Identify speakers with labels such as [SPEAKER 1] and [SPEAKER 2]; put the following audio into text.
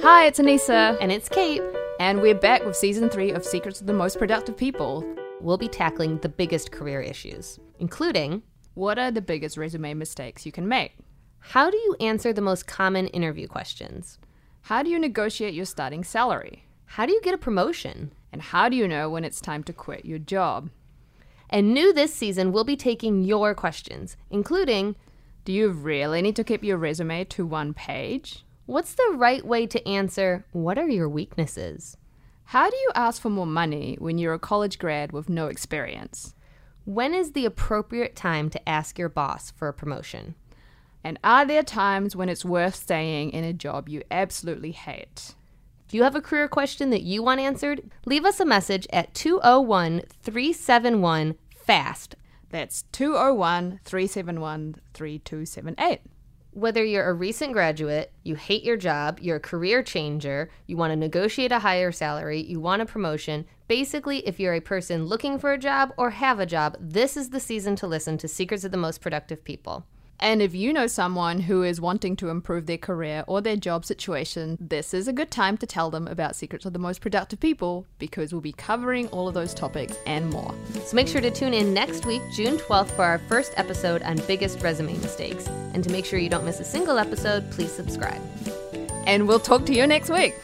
[SPEAKER 1] Hi, it's Anissa,
[SPEAKER 2] And it's Kate.
[SPEAKER 1] and we're back with season three of Secrets of the Most Productive People.
[SPEAKER 2] We'll be tackling the biggest career issues, including
[SPEAKER 1] What are the biggest resume mistakes you can make?
[SPEAKER 2] how do you answer the most common interview questions?
[SPEAKER 1] How do you negotiate your starting salary?
[SPEAKER 2] How do you get a promotion?
[SPEAKER 1] And how do you know when it's time to quit your job?
[SPEAKER 2] And new this season, we'll be taking your questions, including
[SPEAKER 1] Do you really need to keep your resume to one page?
[SPEAKER 2] what's the right way to answer what are your weaknesses?
[SPEAKER 1] How do you ask for more money when you're a college grad with no experience?
[SPEAKER 2] When is the appropriate time to ask your boss for a promotion?
[SPEAKER 1] And are there times when it's worth staying in a job you absolutely hate?
[SPEAKER 2] If you have a career question that you want answered, leave us a message at 201 371 FAST.
[SPEAKER 1] That's 201 371 3278.
[SPEAKER 2] Whether you're a recent graduate, you hate your job, you're a career changer, you want to negotiate a higher salary, you want a promotion, basically, if you're a person looking for a job or have a job, this is the season to listen to Secrets of the Most Productive People.
[SPEAKER 1] And if you know someone who is wanting to improve their career or their job situation, this is a good time to tell them about Secrets of the Most Productive People because we'll be covering all of those topics and more.
[SPEAKER 2] So make sure to tune in next week, June 12th, for our first episode on biggest resume mistakes. And to make sure you don't miss a single episode, please subscribe.
[SPEAKER 1] And we'll talk to you next week.